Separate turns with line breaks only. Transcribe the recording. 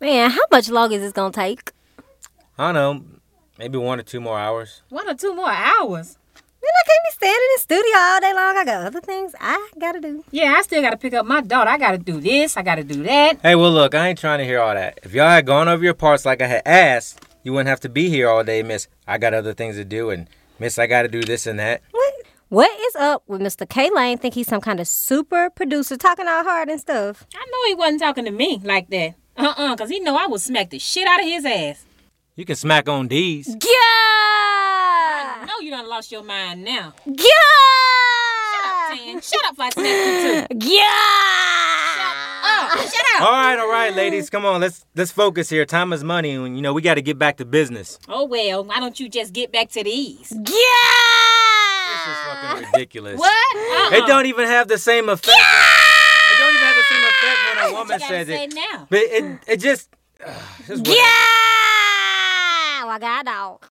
Man, how much longer is this gonna take?
I don't know, maybe one or two more hours.
One or two more hours.
Then I can't be standing in the studio all day long. I got other things I gotta do.
Yeah, I still gotta pick up my daughter. I gotta do this. I gotta do that.
Hey, well, look, I ain't trying to hear all that. If y'all had gone over your parts like I had asked, you wouldn't have to be here all day, Miss. I got other things to do, and Miss, I got to do this and that.
What? What is up with Mr. K Lane? Think he's some kind of super producer talking all hard and stuff?
I know he wasn't talking to me like that. Uh-uh, because he know I would smack the shit out of his ass.
You can smack on D's.
I
Yeah!
know you done lost your mind now.
Ah.
Shut up,
Yeah!
Tan. Shut up, if I smack you too.
Yeah!
Oh, shut
All
up.
right, all right, ladies, come on, let's let's focus here. Time is money, and you know we got to get back to business.
Oh, well, why don't you just get back to the east?
This is
Yeah!
fucking ridiculous.
What? Uh-uh.
It don't even have the same effect. when- It don't even have the same effect when a
What
woman
you
says
gotta say
it.
now?
But it it just. ugh, just
Yeah! Well, I got a dog.